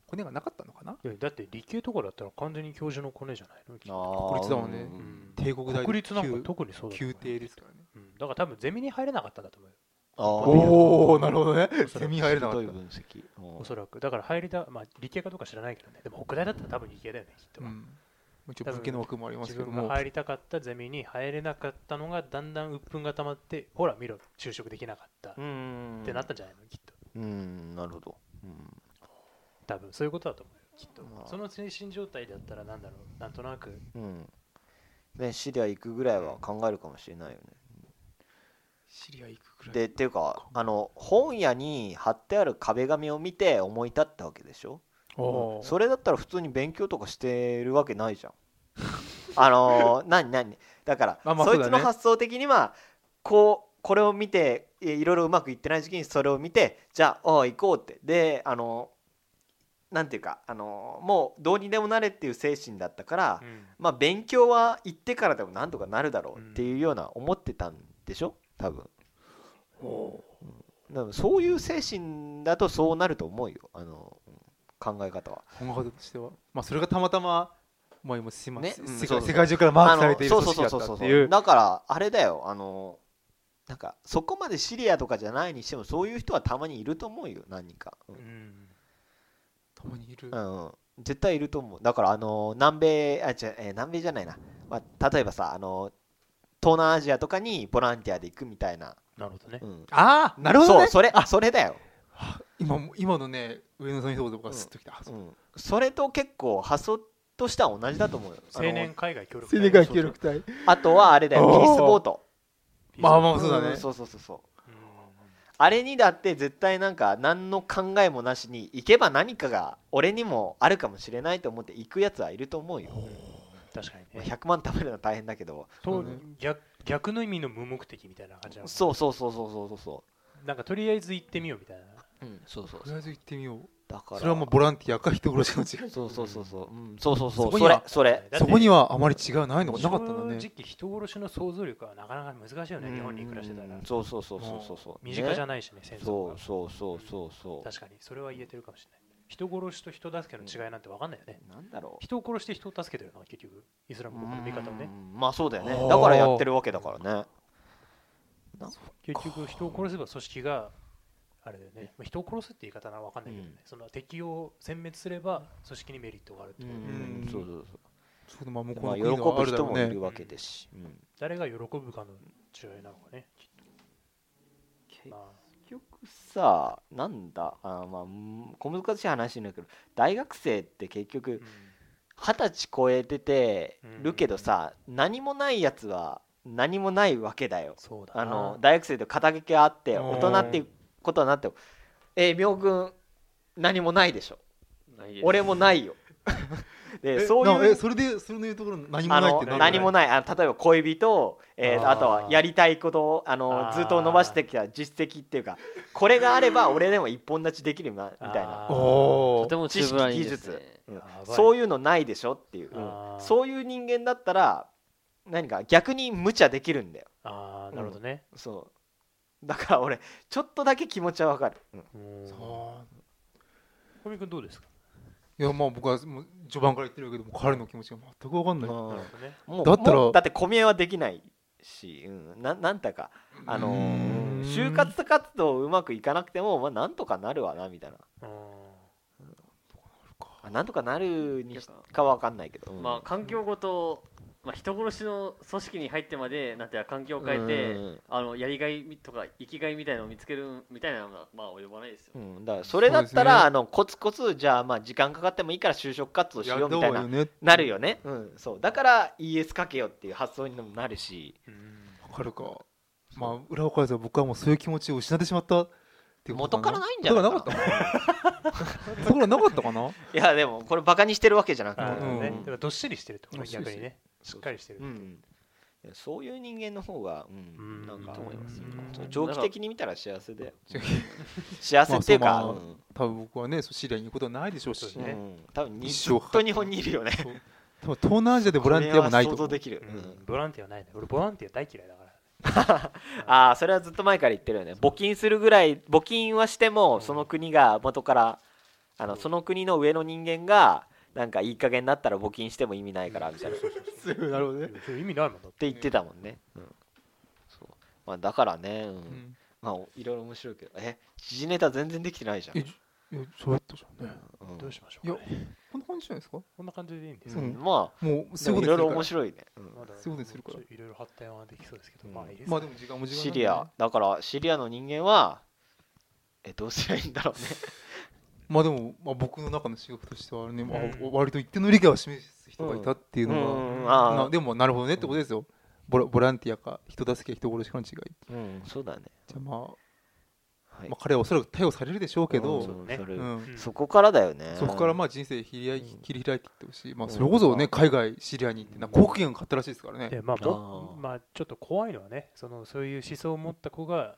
[SPEAKER 1] コネがなかったのかない
[SPEAKER 2] やだって理系とかだったら完全に教授のコネじゃないのきっと
[SPEAKER 3] あ
[SPEAKER 1] 国
[SPEAKER 3] ー
[SPEAKER 1] 立だもんね
[SPEAKER 3] う
[SPEAKER 2] うん
[SPEAKER 1] 帝国大
[SPEAKER 2] 国立なんか特にそうだと思
[SPEAKER 1] 宮
[SPEAKER 2] うよ
[SPEAKER 1] 廷ですからね
[SPEAKER 2] うんだから多分ゼミに入れなかったんだと思うよ
[SPEAKER 3] あー
[SPEAKER 1] おおなるほどねセミ入れなか
[SPEAKER 3] ど
[SPEAKER 1] っ
[SPEAKER 3] い
[SPEAKER 1] た
[SPEAKER 3] 分析
[SPEAKER 2] おそらくだから入りだまあ理系かどうか知らないけどねでも北大だったら多分理系だよねきっと
[SPEAKER 1] うん一応文系の枠もあります
[SPEAKER 2] 自
[SPEAKER 1] けど
[SPEAKER 2] 分
[SPEAKER 1] も
[SPEAKER 2] が入りたかったゼミに入れなかったのがだんだん鬱憤が溜まってほら見ろ就職できなかったっ
[SPEAKER 3] うん
[SPEAKER 2] てなったんじゃないのきっと
[SPEAKER 3] うんなるほどうん
[SPEAKER 2] 多分そういうことだと思うよきっと
[SPEAKER 3] まあ
[SPEAKER 2] その精神状態だったらなんだろうなんとなく
[SPEAKER 3] うんね、シリア行くぐらいは考えるかもしれないよね。
[SPEAKER 1] シリア行くくらい
[SPEAKER 3] でっていうかあの本屋に貼ってある壁紙を見て思い立ったわけでしょ
[SPEAKER 1] おー
[SPEAKER 3] それだったら普通に勉強とかしてるわけない じゃん。あのー、何何だから、
[SPEAKER 1] あまあそ
[SPEAKER 3] そ
[SPEAKER 1] う
[SPEAKER 3] い
[SPEAKER 1] だ
[SPEAKER 3] つ
[SPEAKER 1] ね
[SPEAKER 3] の発想的にはこうこれを見てえいろいろうまくいってない時期にそれを見てじゃあああ行こうってであのーなんていうかあのーもうどうにでもなれっていう精神だったから、
[SPEAKER 2] うん
[SPEAKER 3] まあ、勉強は行ってからでもなんとかなるだろうっていうような思ってたんでしょ多分、うん、多分そういう精神だとそうなると思うよあのうん考え方は
[SPEAKER 1] 本学としてはまあそれがたまたまもう今すいませ
[SPEAKER 3] ね
[SPEAKER 1] ん
[SPEAKER 3] うん
[SPEAKER 1] 世
[SPEAKER 3] そ
[SPEAKER 1] 界
[SPEAKER 3] うそう
[SPEAKER 1] 世界中からマークされている
[SPEAKER 3] あの
[SPEAKER 1] 組織だ
[SPEAKER 3] そうそう
[SPEAKER 1] ったっ
[SPEAKER 3] そうそ
[SPEAKER 1] て
[SPEAKER 3] う
[SPEAKER 1] い
[SPEAKER 3] そううだからあれだよあのなんかそこまでシリアとかじゃないにしてもそういう人はたまにいると思うよ何人か、うん
[SPEAKER 2] うん
[SPEAKER 1] たまにいる
[SPEAKER 3] うんうん絶対いると思うだからあの南米あ違う、えー南米じゃないな、まあ、例えばさあの東南アジアとかにボランティアで行くみたいな、
[SPEAKER 2] なるほどね
[SPEAKER 3] うん、
[SPEAKER 1] ああなるほど
[SPEAKER 3] そう
[SPEAKER 1] ね
[SPEAKER 3] それそれだよ、
[SPEAKER 1] 今も今のね上野さんの一言がスッときたあそう
[SPEAKER 3] うん、それと結構発想としては同じだと思うよあ
[SPEAKER 2] 青
[SPEAKER 3] の
[SPEAKER 2] 年海外協力
[SPEAKER 1] 青年会協力隊
[SPEAKER 3] あとはあれだよ
[SPEAKER 1] おー
[SPEAKER 3] ピースボート
[SPEAKER 1] まあま
[SPEAKER 2] あ
[SPEAKER 1] あそうだ
[SPEAKER 3] ん
[SPEAKER 1] ね
[SPEAKER 3] そうそうそうそう
[SPEAKER 2] う
[SPEAKER 3] あれにだって絶対なんか何の考えもなしに行けば何かが俺にもあるかもしれないと思って行くやつはいると思うよ
[SPEAKER 2] ん確かに
[SPEAKER 3] ま
[SPEAKER 2] ね
[SPEAKER 3] あ100万貯めるのは大変だけど
[SPEAKER 2] と
[SPEAKER 1] うん
[SPEAKER 2] 逆逆の意味の無目的みたいな感じなの
[SPEAKER 3] そうそうそうそうそうそうそ
[SPEAKER 2] なんかとりあえず行ってみようみたいな
[SPEAKER 3] ううんそうそう
[SPEAKER 1] とりあえず行ってみよう
[SPEAKER 3] だから
[SPEAKER 1] それはもうボランティアか人殺しの違い
[SPEAKER 3] そうそうそうそううんそうそうそ
[SPEAKER 1] そこに
[SPEAKER 3] うそれ
[SPEAKER 1] は
[SPEAKER 3] それ
[SPEAKER 2] だって
[SPEAKER 1] そこにはあまり違いないのがな
[SPEAKER 2] 正
[SPEAKER 1] かったんだね
[SPEAKER 2] 直人殺しの想像力はなかなか難しいよね日本に暮らしてたら
[SPEAKER 3] うんそうそうそうそうそうそう
[SPEAKER 2] 身近じゃ
[SPEAKER 3] ね
[SPEAKER 2] ないしね戦争
[SPEAKER 3] そう
[SPEAKER 2] が
[SPEAKER 3] そうそうそうそう
[SPEAKER 2] 確かにそれは言えてるかもしれない人殺しと人助けの違いなんて分かんないよね
[SPEAKER 3] なんだろう
[SPEAKER 2] 人を殺して人を助けてるのは結局イスラム国の見方をね
[SPEAKER 3] うんまあそうだよ
[SPEAKER 1] あ
[SPEAKER 3] ね
[SPEAKER 1] ー
[SPEAKER 3] だからやってるわけだからね
[SPEAKER 2] 結局人を殺せば組織があれだよねまあ人を殺すって言い方は分かんないけどね
[SPEAKER 3] う
[SPEAKER 2] その敵を殲滅すれば組織にメリットがあるってことだよね
[SPEAKER 1] ん
[SPEAKER 3] そうそうそう
[SPEAKER 1] そうまあ向こ
[SPEAKER 3] まあ
[SPEAKER 1] う
[SPEAKER 3] 喜
[SPEAKER 1] の国はあ
[SPEAKER 3] ぶ
[SPEAKER 1] るだ
[SPEAKER 3] 人
[SPEAKER 1] ろう
[SPEAKER 3] もい
[SPEAKER 1] ね
[SPEAKER 3] るわけですし、うん
[SPEAKER 2] 誰が喜ぶかの違いなのかねきっと
[SPEAKER 3] 結
[SPEAKER 2] まあ
[SPEAKER 3] 局さなんだあーまあうん小難しい話になるけど大学生って結局二十歳超えててるけどさ、何もないやつは何もないわけだよ
[SPEAKER 2] そうだな
[SPEAKER 3] あの大学生と肩書きがあって
[SPEAKER 1] うん
[SPEAKER 3] 大人っていうことになってもえー、明君何もないでしょ
[SPEAKER 4] ないです
[SPEAKER 3] 俺もない よで
[SPEAKER 1] え
[SPEAKER 3] そう
[SPEAKER 1] な
[SPEAKER 3] いう
[SPEAKER 1] えそれでそれの言うところ何も
[SPEAKER 3] あ
[SPEAKER 1] ないっ
[SPEAKER 3] の
[SPEAKER 1] てなんだ
[SPEAKER 3] 何もないあの例えば恋人、えー
[SPEAKER 2] あー
[SPEAKER 3] あとはやりたいことをあの
[SPEAKER 2] あー
[SPEAKER 3] ずっと伸ばしてきた実績っていうかこれがあれば俺でも一本立ちできるなみたいな
[SPEAKER 2] あー
[SPEAKER 1] お
[SPEAKER 4] と
[SPEAKER 1] お
[SPEAKER 4] ても
[SPEAKER 3] 知
[SPEAKER 4] 中
[SPEAKER 3] 識
[SPEAKER 4] ぶらに
[SPEAKER 3] 技
[SPEAKER 4] です
[SPEAKER 3] 術
[SPEAKER 4] ね、
[SPEAKER 3] うん
[SPEAKER 2] やばい
[SPEAKER 3] そういうのないでしょっていう、
[SPEAKER 2] あー
[SPEAKER 3] そういう人間だったら何か逆に無茶できるんだよ
[SPEAKER 2] ああなるほどね
[SPEAKER 3] そうだから俺ちょっとだけ気持ちはわかる、うん
[SPEAKER 2] うん
[SPEAKER 1] そ
[SPEAKER 2] 小見君どうですか
[SPEAKER 1] ういやまあ僕はもう序盤から言ってるけども彼の気持ちが全く分かんない、
[SPEAKER 3] うん
[SPEAKER 2] なるほどね
[SPEAKER 3] もう
[SPEAKER 1] だったら
[SPEAKER 3] もうだって小見えはできないし、うん、ななんだかあの
[SPEAKER 1] うーん
[SPEAKER 3] 就活活動うまくいかなくても、まあ、なんとかなるわなみたいな
[SPEAKER 2] うん
[SPEAKER 1] か
[SPEAKER 3] あなんとかなるにしかわかんないけど、うん
[SPEAKER 4] まあ環境ごと、まあ、人殺しの組織に入ってまでなんていうか環境を変えて、
[SPEAKER 3] うん
[SPEAKER 4] あのやりがいみとか生きがいみたいなのを見つけるみたいなのがまあ及ばないですよ、
[SPEAKER 3] うんだからそれだった
[SPEAKER 1] そうです
[SPEAKER 3] ら、
[SPEAKER 1] ね
[SPEAKER 3] あのコツコツじゃあまあ時間かかってもいいから就職活動しようみたいな
[SPEAKER 1] ね
[SPEAKER 3] なるよね、うん、そうだから ES かけようっていう発想にもなるし、
[SPEAKER 1] わかるかまあ裏を返せば僕はもうそういう気持ちを失ってしまったっていうこと
[SPEAKER 3] 元からないんじゃない
[SPEAKER 1] 元からなかったのところなかったかない
[SPEAKER 3] やでもこれバカにしてるわけじゃなくて、
[SPEAKER 2] あー
[SPEAKER 1] うん
[SPEAKER 2] ねだからどっしりしてるってこと
[SPEAKER 1] ど
[SPEAKER 2] ね
[SPEAKER 1] っしり
[SPEAKER 2] 逆
[SPEAKER 1] して
[SPEAKER 2] に
[SPEAKER 1] る
[SPEAKER 2] ねしっかりしてる
[SPEAKER 3] うんいやそういう人間の方が、うん
[SPEAKER 2] うん
[SPEAKER 3] なんか
[SPEAKER 2] いいと思いますよ
[SPEAKER 3] そう長期的に見たら幸せだよ
[SPEAKER 1] 長期
[SPEAKER 3] 幸せっていう
[SPEAKER 1] まあ
[SPEAKER 3] か、
[SPEAKER 1] そう
[SPEAKER 3] う
[SPEAKER 1] ま
[SPEAKER 3] ん
[SPEAKER 1] 多分僕はねそうシリアに行くことはないでしょうし
[SPEAKER 2] そうね
[SPEAKER 3] うん多分に
[SPEAKER 1] 一
[SPEAKER 3] ず
[SPEAKER 1] 生
[SPEAKER 3] っと日本にいるよね
[SPEAKER 1] そう多分東南アジ アでボランティアもないと思
[SPEAKER 3] これは想像
[SPEAKER 1] う
[SPEAKER 3] できる、
[SPEAKER 2] うん
[SPEAKER 3] うん
[SPEAKER 2] ボランティアはないね俺ボランティア大嫌いだから
[SPEAKER 3] ああそれはずっと前から言ってるよね募金するぐらい募金はして
[SPEAKER 2] うん
[SPEAKER 3] もその国が元からあの
[SPEAKER 2] そう
[SPEAKER 3] その国の上の人間がなんかいい加減になったら募金しても意味ないからみたいなって
[SPEAKER 1] なるほどね
[SPEAKER 2] そう意味ないもんだって
[SPEAKER 3] 言ってたもんね、うんそうまあ、だからね、うん
[SPEAKER 1] うん
[SPEAKER 3] まあおいろいろ面白いけどえ時事ネタ全然できてないじゃん、
[SPEAKER 1] えいやそうやったじゃんね
[SPEAKER 3] うん
[SPEAKER 2] どうしましょ
[SPEAKER 1] いうや
[SPEAKER 2] かね
[SPEAKER 1] こんな感じじゃないですかも
[SPEAKER 2] こんな感じでいいんです
[SPEAKER 3] う
[SPEAKER 2] よ
[SPEAKER 3] ん
[SPEAKER 1] う
[SPEAKER 3] ま
[SPEAKER 1] う
[SPEAKER 3] あ
[SPEAKER 1] す
[SPEAKER 3] で
[SPEAKER 1] ぐ
[SPEAKER 3] もいろいろ面
[SPEAKER 1] い
[SPEAKER 3] 白いね、うん
[SPEAKER 2] まだ
[SPEAKER 1] そういうことにするから
[SPEAKER 2] ちょっといろいろ発展はできそうですけど
[SPEAKER 3] うん
[SPEAKER 2] まあいいです
[SPEAKER 1] ま
[SPEAKER 2] か
[SPEAKER 1] あでも時間も時間
[SPEAKER 3] シリアだからシリアの人間はえどうすりゃいいんだろうね
[SPEAKER 1] まあでも、まあ、僕の中の仕事としてはね、まあ
[SPEAKER 2] うん
[SPEAKER 1] 割と一定の理解を示す人がいたっていう
[SPEAKER 3] う
[SPEAKER 1] のが、
[SPEAKER 3] ん
[SPEAKER 1] な
[SPEAKER 3] あ
[SPEAKER 1] でもなるほどねってことですよ、ボラボランティアか人助け人殺しかの違い
[SPEAKER 3] ーうんそうだね、
[SPEAKER 1] じゃあまあ、
[SPEAKER 3] はい
[SPEAKER 1] まあ、彼はおそらく逮捕されるでしょうけど、
[SPEAKER 3] うん
[SPEAKER 1] う
[SPEAKER 3] そ
[SPEAKER 1] ん
[SPEAKER 3] う
[SPEAKER 2] ね
[SPEAKER 3] それ
[SPEAKER 2] うん
[SPEAKER 3] そこからだよね
[SPEAKER 1] そこからまあ人生切り開い切り開いていってほしい、まあ、それこそね
[SPEAKER 3] うん
[SPEAKER 1] 海外シリアに行ってな航空券買ったらしいですからね、
[SPEAKER 2] でまあぼ
[SPEAKER 3] あー
[SPEAKER 2] まあちょっと怖いのはねそのそういう思想を持った子が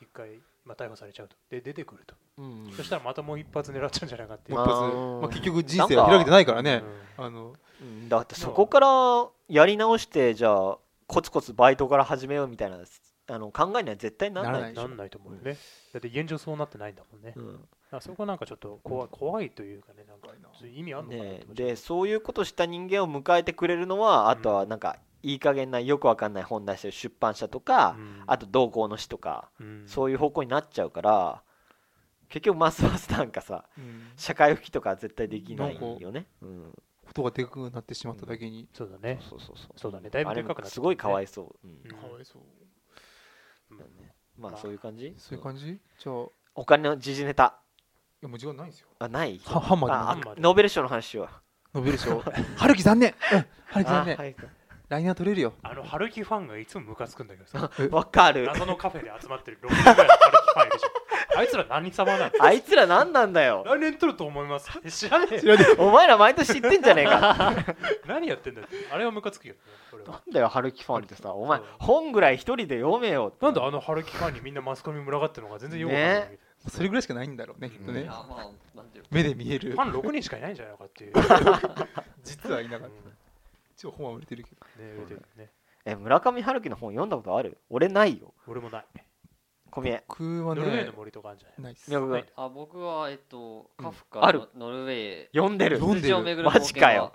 [SPEAKER 2] 一回まあ逮捕されちゃうとで出てくると
[SPEAKER 3] うん
[SPEAKER 2] そしたらまたもう一発狙っちゃうんじゃないかっていう
[SPEAKER 1] もう一発
[SPEAKER 3] あー
[SPEAKER 1] まあ、結局人生は開けてないからね
[SPEAKER 2] うん
[SPEAKER 1] あの
[SPEAKER 3] うんだってそこからやり直してじゃあコツコツバイトから始めようみたいなあの考えには絶対ならないでしょ
[SPEAKER 2] なんないと思うよね。だって現状そうなってないんだもんね。だ
[SPEAKER 3] うん
[SPEAKER 2] からそこなんかちょっと怖い怖いというかね、なんかそういう意味あるのかなっ
[SPEAKER 3] ね
[SPEAKER 2] て思っちゃう
[SPEAKER 3] でそういうことした人間を迎えてくれるのはあとはなんかいい加減なよくわかんない本出してる出版社とか、
[SPEAKER 2] うん
[SPEAKER 3] あと同行の死とか、
[SPEAKER 2] うん
[SPEAKER 3] そういう方向になっちゃうから結局ますますなんかさ
[SPEAKER 1] うん
[SPEAKER 3] 社会復帰とか絶対できないよね、うん、
[SPEAKER 1] ことがでかくなってしまっただけに、
[SPEAKER 2] そうだね。
[SPEAKER 3] そうそうそう
[SPEAKER 2] そうだねだいぶでかくなっちゃったね
[SPEAKER 3] あれもすごいかわいそう、うん
[SPEAKER 2] うん
[SPEAKER 1] かわいそう
[SPEAKER 3] まあそういう感じ
[SPEAKER 1] そういう感じじゃあい
[SPEAKER 3] お金の時事ネタ
[SPEAKER 1] やもう時間ないんですよ
[SPEAKER 3] あない
[SPEAKER 1] はハンマーで
[SPEAKER 3] あ
[SPEAKER 2] ハンマーで
[SPEAKER 3] ノーベル賞の話しよう
[SPEAKER 1] 伸びるでしょ 春樹残念うん春樹
[SPEAKER 3] あ
[SPEAKER 1] 残念、
[SPEAKER 3] はい
[SPEAKER 1] 来年は取れるよ
[SPEAKER 2] あの、春樹ファンがいつもムカつくんだけどさ、
[SPEAKER 3] わかる
[SPEAKER 2] 謎のカフェで集まってる6人ぐらいの春樹ファンいるじゃん。あいつら何様なの
[SPEAKER 3] あいつら何なんだよ
[SPEAKER 2] 来年取ると思います。え知らねえよ。
[SPEAKER 3] お前ら毎年知ってんじゃねえか
[SPEAKER 2] 何やってんだって。あれはムカつくよね。俺は
[SPEAKER 3] なんだよ春樹ファンってさお前
[SPEAKER 2] そう
[SPEAKER 3] 本ぐらい一人で読めよ
[SPEAKER 2] なんであの春樹ファンにみんなマスコミ群がってるのか全然よくわかんない。
[SPEAKER 1] それぐらいしかないんだろうねきっとね、
[SPEAKER 3] うん
[SPEAKER 4] いやまあなんていうか
[SPEAKER 1] 目で見える
[SPEAKER 2] ファン6人しかいないんじゃないのかっていう。
[SPEAKER 1] 実はいな
[SPEAKER 2] う
[SPEAKER 1] かっ
[SPEAKER 2] ん
[SPEAKER 1] た一応本は売れてるけど
[SPEAKER 2] ね売れてるね
[SPEAKER 3] え村上春樹の本読んだことある俺ないよ
[SPEAKER 2] 俺もない。
[SPEAKER 3] 小宮
[SPEAKER 1] 僕は
[SPEAKER 2] ノルウェー
[SPEAKER 1] ね
[SPEAKER 2] の森とかあるんじゃない
[SPEAKER 1] ないっす
[SPEAKER 3] 宮古
[SPEAKER 2] は
[SPEAKER 3] 君
[SPEAKER 2] い
[SPEAKER 4] あ僕はえっと
[SPEAKER 1] うん
[SPEAKER 4] カフカ、
[SPEAKER 3] ある
[SPEAKER 4] ノルウェー
[SPEAKER 3] 読んでる
[SPEAKER 1] 読んでる
[SPEAKER 4] 羊を巡る冒険は
[SPEAKER 3] マジかよ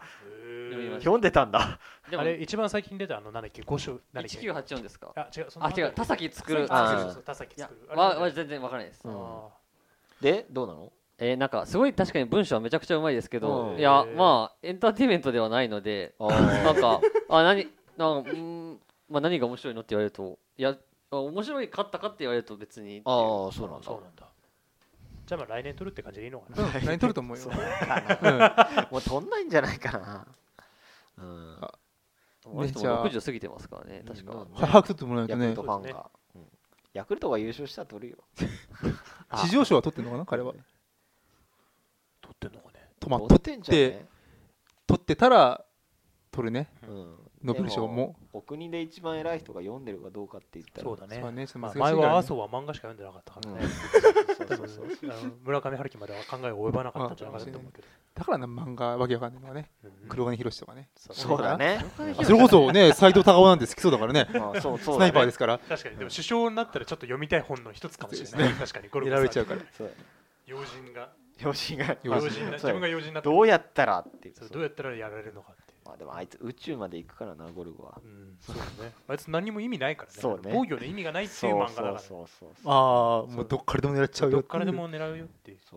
[SPEAKER 4] 読みました
[SPEAKER 3] 読んでたんだ
[SPEAKER 4] でも
[SPEAKER 2] あれ一番最近出たあのなんだっけ五章なんだっけ
[SPEAKER 4] 1984ですか
[SPEAKER 2] あ違うその
[SPEAKER 4] あ違う田崎作る
[SPEAKER 3] あ
[SPEAKER 2] そうそうそう田崎
[SPEAKER 4] いや
[SPEAKER 2] 作るあ
[SPEAKER 4] わ
[SPEAKER 2] れ
[SPEAKER 4] わ全然わからないです、
[SPEAKER 3] うん
[SPEAKER 2] あ
[SPEAKER 3] でどうなの
[SPEAKER 4] えーなんかすごい確かに文章はめちゃくちゃうまいですけど、
[SPEAKER 3] うん
[SPEAKER 4] いやまあエンターテインメントではないので
[SPEAKER 3] あ
[SPEAKER 4] なんかあ何なんかうーんまあ何が面白いのって言われるといやあ面白いかったかって言われると別にって
[SPEAKER 3] あ
[SPEAKER 4] いう
[SPEAKER 3] ーそうな
[SPEAKER 2] ー
[SPEAKER 3] んだ
[SPEAKER 2] そうなんだじゃあまあ来年取るって感じでいいのか
[SPEAKER 1] う
[SPEAKER 2] なん
[SPEAKER 1] 来年取ると思うよ
[SPEAKER 3] そう
[SPEAKER 1] うん
[SPEAKER 3] もう取んないんじゃないかなうん
[SPEAKER 1] あ
[SPEAKER 4] あの人
[SPEAKER 1] じゃあ
[SPEAKER 4] も60過ぎてますからね確か、
[SPEAKER 3] うん
[SPEAKER 1] 早く取ってもらわ
[SPEAKER 3] ヤク
[SPEAKER 1] ない
[SPEAKER 3] ル
[SPEAKER 1] と
[SPEAKER 3] ト
[SPEAKER 1] ね
[SPEAKER 3] ファンがうんヤクルトが優勝したら取るよあ
[SPEAKER 1] 地上賞は取ってんのかな彼は
[SPEAKER 2] 取ってんのかね
[SPEAKER 1] とまあ
[SPEAKER 3] 取
[SPEAKER 1] 取
[SPEAKER 3] ってんじゃね
[SPEAKER 1] 取ってたら取るね
[SPEAKER 3] うん
[SPEAKER 1] ノーベル賞も
[SPEAKER 3] お国で一番偉い人が読んでるかどうかって言ったら
[SPEAKER 2] そうだ
[SPEAKER 1] そうだ
[SPEAKER 2] ね
[SPEAKER 1] ねちょっと
[SPEAKER 2] ま
[SPEAKER 1] 難
[SPEAKER 2] あ
[SPEAKER 1] しい
[SPEAKER 2] 前
[SPEAKER 1] ぐらい
[SPEAKER 2] は
[SPEAKER 1] ね
[SPEAKER 2] 麻生は漫画しか読んでなかったからね
[SPEAKER 3] そうそうそう
[SPEAKER 2] 多分あの村上春樹までは考えが及ばなかったんじゃないかなと思うけど
[SPEAKER 1] だからな漫画わけわかんないのはね
[SPEAKER 2] うん
[SPEAKER 1] 黒金宏とかね
[SPEAKER 3] そうだね
[SPEAKER 1] あそれこそね斎藤隆夫なんて好きそうだからね
[SPEAKER 3] まあそうそ
[SPEAKER 1] ス
[SPEAKER 3] う
[SPEAKER 1] ナ
[SPEAKER 3] だ
[SPEAKER 1] イパー
[SPEAKER 3] ね
[SPEAKER 1] ですから
[SPEAKER 2] 確かにでも首相になったらちょっと読みたい本の一つかもしれない確かにこ
[SPEAKER 1] やられちゃうから
[SPEAKER 3] そうだね
[SPEAKER 2] 要人が
[SPEAKER 3] 養子が
[SPEAKER 1] 要
[SPEAKER 2] 要
[SPEAKER 1] 人
[SPEAKER 2] 人な
[SPEAKER 3] そ
[SPEAKER 2] 自
[SPEAKER 3] う
[SPEAKER 2] 分が要人になって
[SPEAKER 3] どうやったらっていう
[SPEAKER 2] そうどうやったらやられるのかって
[SPEAKER 3] まあでもあいつ宇宙まで行くからなゴルゴは
[SPEAKER 2] うんそうね。あいつ何も意味ないからね。
[SPEAKER 3] そうね
[SPEAKER 2] 防御の意味がないっていう
[SPEAKER 3] そ
[SPEAKER 2] 漫
[SPEAKER 3] う
[SPEAKER 2] 画だ
[SPEAKER 3] そ
[SPEAKER 2] から
[SPEAKER 3] う
[SPEAKER 2] ね。
[SPEAKER 3] そうそう
[SPEAKER 1] ああもうどっからでも狙っちゃうよ
[SPEAKER 2] どっからでも狙うよっていう。
[SPEAKER 3] そ